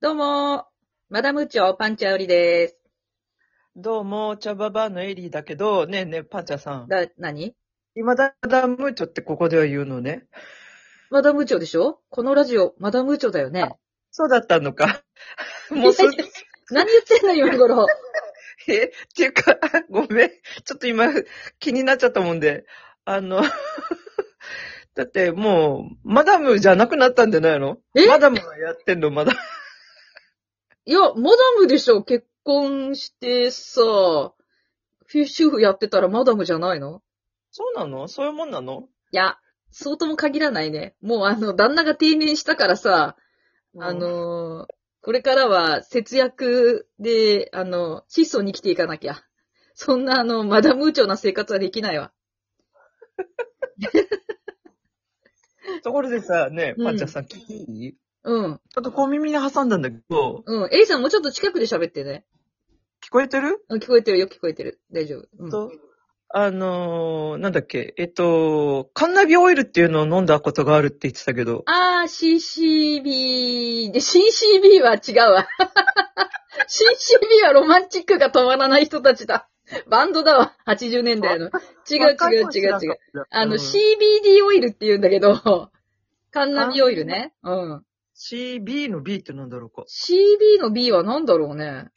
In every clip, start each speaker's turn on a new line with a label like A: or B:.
A: どうもマダム長パンチャよりです。
B: どうも、茶ババアのエリーだけど、ねえねえ、パンチャさん。
A: だ、何
B: 今だ、ダムーチョってここでは言うのね。
A: マダム長でしょこのラジオ、マダム長だよ ね。
B: そうだったの か。もうすぐ、
A: 何言ってんの今頃。
B: え、っていうか、 ごめん。ちょっと今、気になっちゃったもんで。あの、 だってもう、マダムじゃなくなったんじゃないの
A: え
B: マダムがやってんの、まだ。
A: いや、マダムでしょ結婚してさ、フィッシュフやってたらマダムじゃないの
B: そうなのそういうもんなの
A: いや、そうとも限らないね。もうあの、旦那が定年したからさ、あ、
B: うん
A: のーこれからは節約で、あの、質素に生きていかなきゃ。そんなあの、マダム長な生活はできないわ。
B: ところでさ、ね
A: う
B: え、
A: ん
B: パンチャさん、聞いていい
A: うん。
B: ちょっと小耳に挟んだんだけど、
A: うん。エイさんもうちょっと近くで喋ってね。
B: 聞こえてる
A: うん、聞こえてるよ、聞こえてる。大丈夫。うん、
B: と、あのーなんだっけ、えっと、カンナビオイルっていうのを飲んだことがあるって言ってたけど、
A: あー、CCB。で、CCB は違うわ。CCB はロマンチックが止まらない人たちだ。バンドだわ。80年代の。違う違う違う違う。
B: う。
A: あの、
B: うん
A: CBD オイルって言うんだけど、 カンナビオイルね。うん。
B: CB の B ってなんだろうか。
A: CB の B は何だろうね。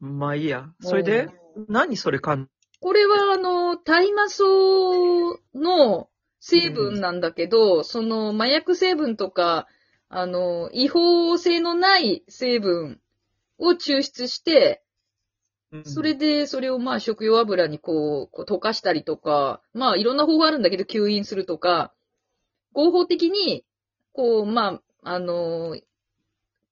B: まあいいや。それで、何それかん、
A: これはあの、大麻草の成分なんだけど、その麻薬成分とか、あの、違法性のない成分を抽出して、
B: うん
A: それ、でそれをまあ食用油にこう、こう溶かしたりとか、まあいろんな方法あるんだけど吸引するとか、合法的に、こう、まあ、あの、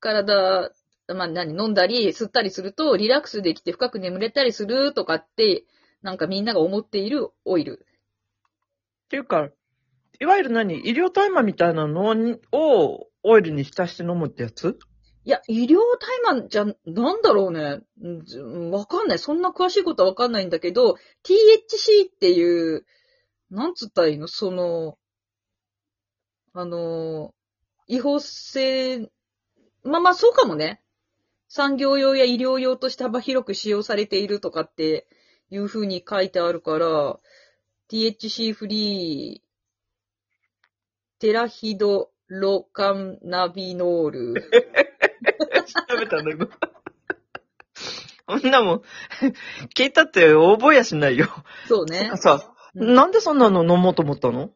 A: 体、まあ何、飲んだり吸ったりするとリラックスできて深く眠れたりするとかって、なんかみんなが思っているオイル。
B: っていうか、いわゆる何医療大麻みたいなのにをオイルに浸して飲むってやつ
A: いや、医療怠慢じゃ、なんだろうね。うんずうんわかんない。そんな詳しいことはわかんないんだけど、THC っていう、なんつったらいいのその、あの、違法性、まあまあそうかもね。産業用や医療用として幅広く使用されているとかっていう風に書いてあるから、THC フリー、テラヒドロカンナビノール。
B: 調べたんだけど。 こんなもん、 聞いたって覚えやしないよ。
A: そうね
B: あ。さ、
A: うん
B: なんでそんなの飲もうと思ったの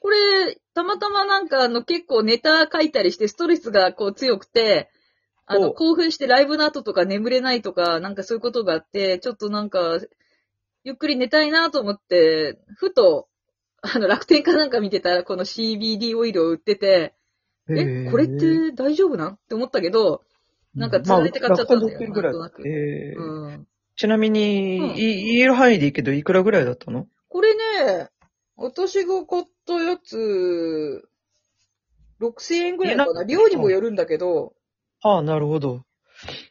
A: これ、たまたまなんかあの結構ネタ書いたりしてストレスがこう強くて、あ
B: お
A: の
B: う
A: 興奮してライブの後とか眠れないとかなんかそういうことがあって、ちょっとなんか、ゆっくり寝たいなと思って、ふと、あの楽天かなんか見てたらこの CBD オイルを売ってて、え、これっ
B: へー
A: て大丈夫なんって思ったけど、なんか
B: まあ
A: 続いて買っちゃったんだよ
B: 650ぐらい
A: なんとなく
B: えー
A: うん、
B: ちなみに、
A: うん
B: い言える範囲でいいけど、いくらぐらいだったの
A: これね、私が買ったやつ、6000円ぐらいか
B: え
A: な。
B: な
A: 量にもよるんだけど、
B: ああ、なるほど。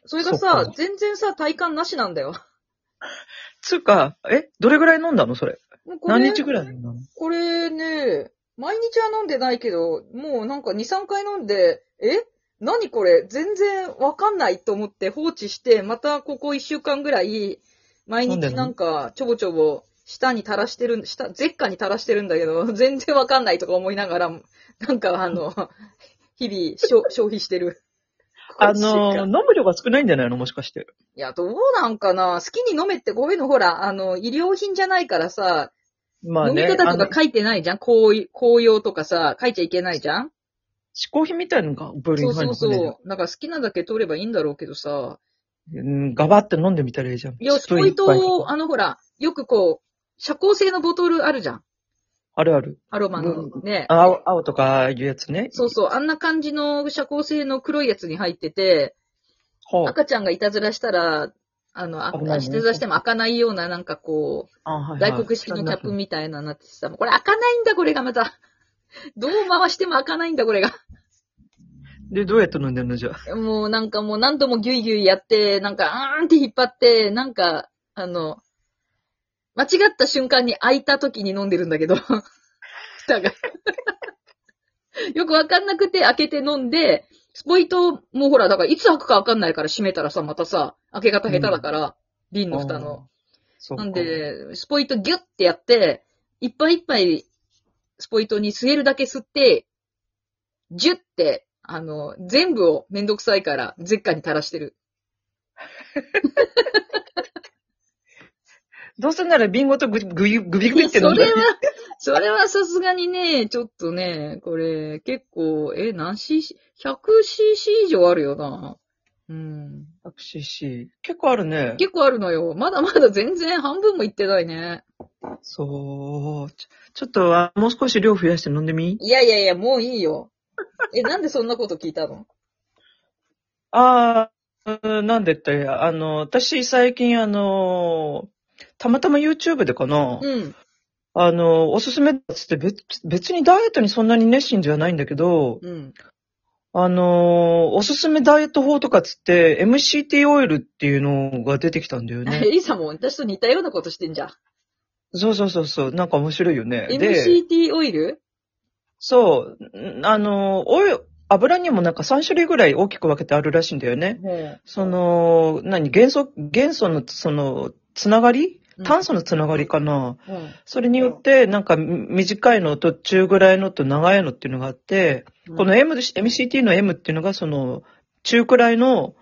A: それが
B: そっ
A: さ
B: か、
A: 全然さ、体感なしなんだよ。
B: つうか、え、どれぐらい飲んだのそれ。
A: もうこれ
B: 何日ぐらい飲んだの
A: これね、毎日は飲んでないけど、もうなんか2、3回飲んで、え何これ全然わかんないと思って放置して、またここ1週間ぐらい、毎
B: 飲んでん
A: 日
B: の
A: なんかちょぼちょぼ舌に垂らしてる、舌、舌下に垂らしてるんだけど、 全然わかんないとか思いながら、なんかあの、日々消消費してる。
B: あの、飲む量が少ないんじゃないのもしかして。
A: いや、どうなんかな好きに飲めって、ごめんの、ほら、あの、医療品じゃないからさ、
B: まあ
A: 飲み
B: ね、
A: 方
B: あ
A: と
B: の
A: か書いてないじゃん紅紅葉とかさ、書いちゃいけないじゃん
B: 嗜好品みたいなのがブルー
A: そ
B: に
A: う
B: 入
A: そ
B: るの
A: う
B: かね。
A: そう。なんか好きなだけ取ればいいんだろうけどさ。
B: うん、ガバって飲んでみたらいいじゃん。
A: いや、ス
B: スプー
A: ポ
B: ン
A: イ
B: 一
A: ト
B: 杯
A: を、あのほら、よくこう、遮光性のボトルあるじゃん。
B: あるある。
A: アロマのね。
B: あ青、青とかいうやつね。
A: そうそう。あんな感じの遮光性の黒いやつに入ってて、
B: ほう。
A: 赤ちゃんがいたずらしたら、あの、あ
B: 危ないね
A: いたずらしても開かないような、なんかこう、
B: あはいはい
A: 外国式のキャップみたいなのになってさ、もうこれ開かないんだ、これがまた。どう回しても開かないんだ、これが。
B: で、どうやって飲んでんのじゃあ。
A: もうなんかもう何度もギュイギュイやって、なんか、あーんって引っ張って、なんか、あの、間違った瞬間に開いた時に飲んでるんだけど、 蓋が。よくわかんなくて開けて飲んで、スポイトもほら、だからいつ開くかわかんないから閉めたらさ、またさ、開け方下手だから、瓶の蓋の。。
B: そうか
A: なん、で、スポイトギュッてやって、いっぱいいっぱい、スポイトに吸えるだけ吸って、ギュッて、あの、全部をめんどくさいから、舌下に垂らしてる。
B: どうせなら瓶ごとぐ、ぐゆ、ぐびぐびって飲
A: そ
B: んだ
A: れは、それはさすがにね、ちょっとね、これ、結構、え、何 cc、100cc 以上あるよな。うん。
B: 100cc。結構あるね。
A: 結構あるのよ。まだまだ全然半分もいってないね。
B: そう。ちょちょっとは、もう少し量増やして飲んでみ
A: いやいやいや、もういいよ。え、なんでそんなこと聞いたの
B: ああ、うんなんでって、あの、私最近あの、たまたま YouTube でかな、
A: うん。
B: あの、おすすめっつって別、別にダイエットにそんなに熱心じゃないんだけど、
A: うん。
B: あの、おすすめダイエット法とかっつって、MCT オイルっていうのが出てきたんだよ
A: エ
B: ね。
A: リさんも私と似たようなことしてんじゃん。
B: そうそうそうそう、なんか面白いよね。で、
A: MCT オイル
B: そう、んあの、オイル、油にもなんか3種類ぐらい大きく分けてあるらしいんだよね。その、何、元素、元素の、その、つながり
A: うん
B: 炭素のつながりかな、
A: うん
B: それによって、なんか、み短いのと中ぐらいのと長いのっていうのがあって、この M で、MCT の M っていうのが、その、中くらいの、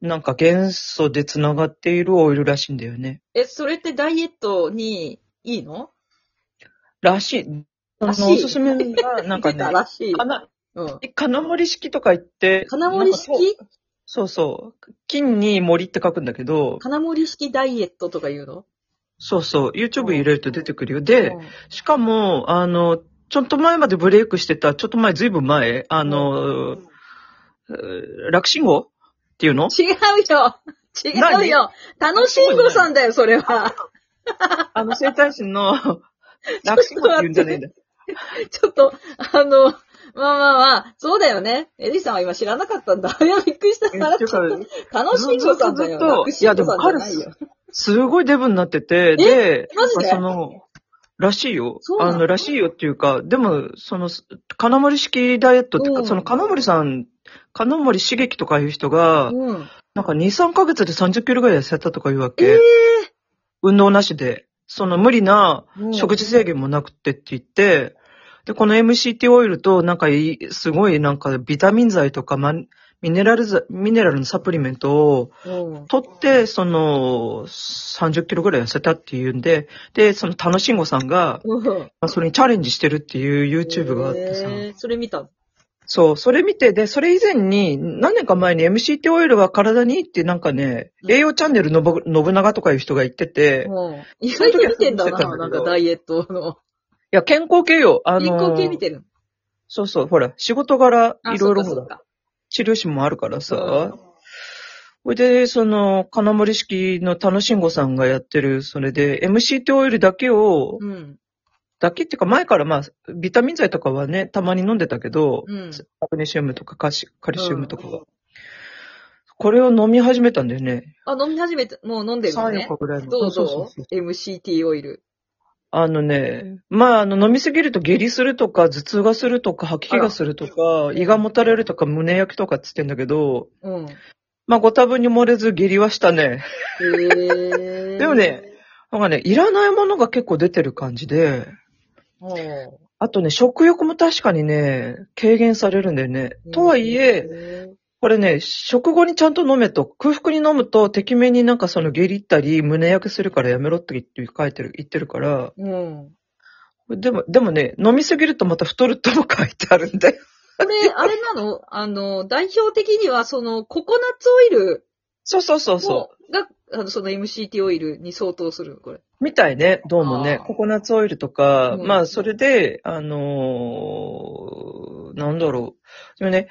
B: なんか元素でつながっているオイルらしいんだよね。
A: え、それってダイエットにいいの
B: らしい。そ
A: らし
B: の
A: い
B: おすすめが、なんか
A: 出
B: ね、
A: たらしい。
B: かな、
A: うん。
B: 金森式とか言って、
A: 金森式
B: なんかそうそうそう。金に森って書くんだけど、
A: 金森式ダイエットとか言うの
B: そうそう。YouTube 入れると出てくるよ。
A: う
B: で、
A: ん
B: しかも、あの、ちょっと前までブレイクしてた、ちょっと前、ずいぶん前、あの、えー楽信号っていうの
A: 違うよ違うよ楽しい子さんだよ、それは。
B: あの、生態師 の楽信号って言うんじゃねえんだ。
A: ちょっと、あの、まあまあまあ、そうだよね。エリさんは今知らなかったんだ。い や、びっくりした。
B: っていうか
A: 楽しい子さんだよ。
B: ずっと
A: 楽しい子さんじゃないよ。
B: すごいデブになってて、で、
A: マジで
B: なんかその、らしいよ
A: そう。なの
B: あの、らしいよっていうか、でも、その、金森式ダイエットっていう
A: うん
B: か、その金森さん、金森茂樹とかいう人が、
A: うん。
B: なんか2、3ヶ月で30キロぐらい痩せたとかいうわ
A: え
B: け。運動なしで。その無理な
A: え
B: 食事制限もなくてって言って、で、この MCT オイルと、なんかいい、すごいなんかビタミン剤とかマンミネラル剤、ミネラルのサプリメントを
A: うん。
B: 取って、その、30キロぐらい痩せたっていうんで、で、その楽しんごさんが、
A: うん。
B: まあそれにチャレンジしてるっていう YouTube があってさ、
A: えーそれ見た。
B: そう、それ見て、で、それ以前に、何年か前に MCT オイルは体にいいってなんかね、栄養チャンネルのぼ信長とかいう人が言ってて、
A: うん意外と見てんだな、なんかダイエットの。
B: いや、健康系よ。あのー
A: 健康系見てるの。
B: そうそう、ほら、仕事柄、
A: あ
B: いろいろ
A: そ
B: ほ
A: っかそっ
B: ら、
A: か
B: 治療師もあるから
A: うん
B: さ。ほいで、その、金森式の田野慎吾さんがやってる、それで、MCT オイルだけを、
A: うん。
B: だけっていうか、前からまあ、ビタミン剤とかはね、たまに飲んでたけど、
A: うん。
B: マグネシウムとかカシカルシウムとかは。これを飲み始めたんだよね。
A: あ、飲み始めて、もう飲んでるの
B: 3、4
A: ね
B: 日。ぐらいの。
A: どう
B: そうそう
A: ぞ
B: そう。
A: MCT オイル。
B: あのね、まあ、あの、飲みすぎると下痢するとか、頭痛がするとか、吐き気がするとか、胃がもたれるとか、胸焼きとかっつってんだけど、
A: うん。
B: まあ、ご多分に漏れず下痢はしたね。
A: えー、
B: でもね、なんかね、いらないものが結構出てる感じで、
A: おー、
B: あとね、食欲も確かにね、軽減されるんだよね。とはいえ、
A: え
B: これね、食後にちゃんと飲めと、空腹に飲むと、てきめんになんかその下痢ったり、胸焼けするからやめろって言って書いてる、言ってるから、
A: ー、うん。
B: でも、でもね、飲みすぎるとまた太るとも書いてあるんだよ。
A: これ、あれなのあの、代表的には、その、ココナッツオイル
B: そうそうそう
A: も
B: そ
A: が、あの、その MCT オイルに相当するの、これ。
B: う。みたいね、どうもね
A: あ。ー
B: ココナッツオイルとか、
A: うん
B: まあ、それで、あのーなんだろう。でもね、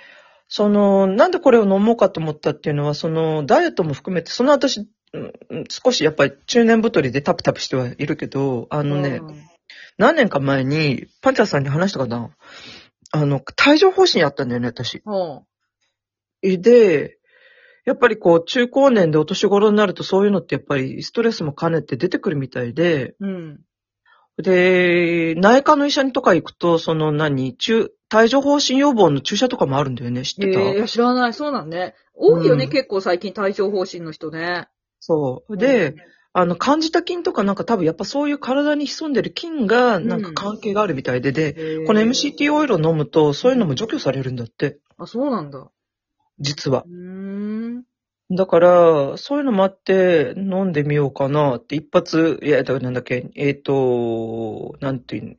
B: その、なんでこれを飲もうかと思ったっていうのは、その、ダイエットも含めて、その私、うんうん少しやっぱり中年太りでタプタプしてはいるけど、あ
A: あ
B: のね、何年か前に、パンチャーさんに話したかなあの、帯状方針やったんだよね、私。
A: うん。
B: で、やっぱりこう、中高年でお年頃になるとそういうのってやっぱりストレスも兼ねて出てくるみたいで、
A: うん。
B: で、内科の医者とか行くと、その何、中、帯状疱疹予防の注射とかもあるんだよね。知っ
A: え
B: てた、
A: ー、いや知らない。そうなんね。多いよね、
B: うん
A: 結構最近対症方針の人ね。
B: そう。で、、あの、感じた菌とかなんか多分やっぱそういう体に潜んでる菌がなんか関係があるみたいで、で、この MCT オイルを飲むとそういうのも除去されるんだって、
A: あ、そうなんだ。う
B: 実は。
A: ーん。
B: だから、そういうのもあって飲んでみようかなって、一発、いや、だなんだっけ、えっ、と、なんていうの、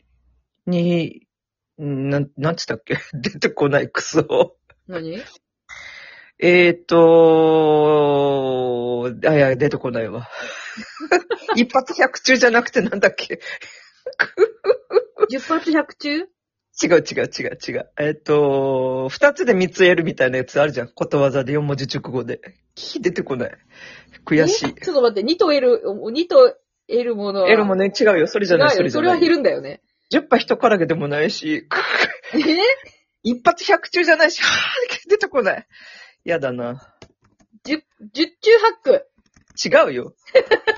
B: に、なん、なんつったっけ 出てこない、クソ。
A: 何
B: えっ、と、あ、いや、出てこないわ。 一発百中じゃなくてなんだっけ
A: ?10 発100中
B: 違う違う違う違う。えっ、と、二つで三つ得るみたいなやつあるじゃん。ことわざで四文字熟語で。ひ出てこない。悔しい
A: え。ちょっと待って、2と得る、2と得るものは。
B: 得るもね、違うよ。それじゃない、
A: 違うよそ
B: それじゃ
A: れ
B: な。
A: はい減るんだよね。
B: 十杯一からげでもないし、
A: えー
B: 一発百中じゃないし、はぁ出てこない。やだな。
A: 十中八九。
B: 違うよ。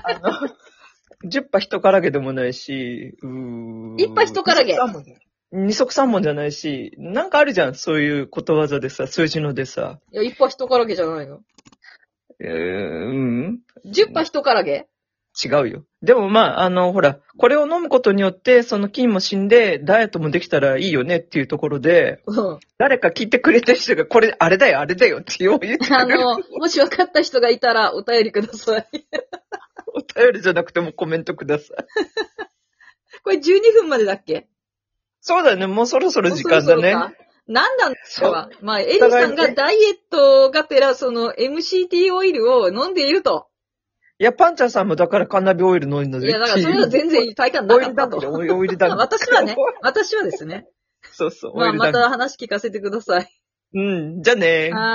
B: あの、十杯一からげでもないし、うー
A: 一杯一からげ
B: 二足三文二足三文じゃないし、なんかあるじゃん。そういうことわざでさ、数字のでさ。
A: いや、一波一からげじゃないの。
B: えー、うん。
A: 十波一からげ
B: 違うよ。でもまあ、あの、ほら、これを飲むことによって、その菌も死んで、ダイエットもできたらいいよねっていうところで、
A: うん。
B: 誰か聞いてくれてる人が、これ、あれだよ、あれだよってよう言って
A: あ
B: くれる。
A: の、もし分かった人がいたらお便りください。
B: お便りじゃなくてもコメントください。
A: これ12分までだっけ
B: そうだね、もうそろそろ時間だ
A: もう
B: ね。
A: そろそろかなんなんですかまあ、エリ
B: お互
A: さ
B: い
A: ん
B: に
A: がダイエットがてら、その MCT オイルを飲んでいると。
B: いや、パンチャーさんもだからカーナビオイル飲んだ
A: いや、だからそれは全然体感な
B: オイ
A: かっ
B: ルダ
A: た
B: ンクで、
A: と。
B: オイルオイルダン
A: ま
B: ク
A: あ。私はね、私はですね。
B: そうそう、
A: ま
B: オイ
A: あ、
B: ルダ
A: ま
B: ンク。
A: た話聞かせてください。
B: うん、じゃあね
A: は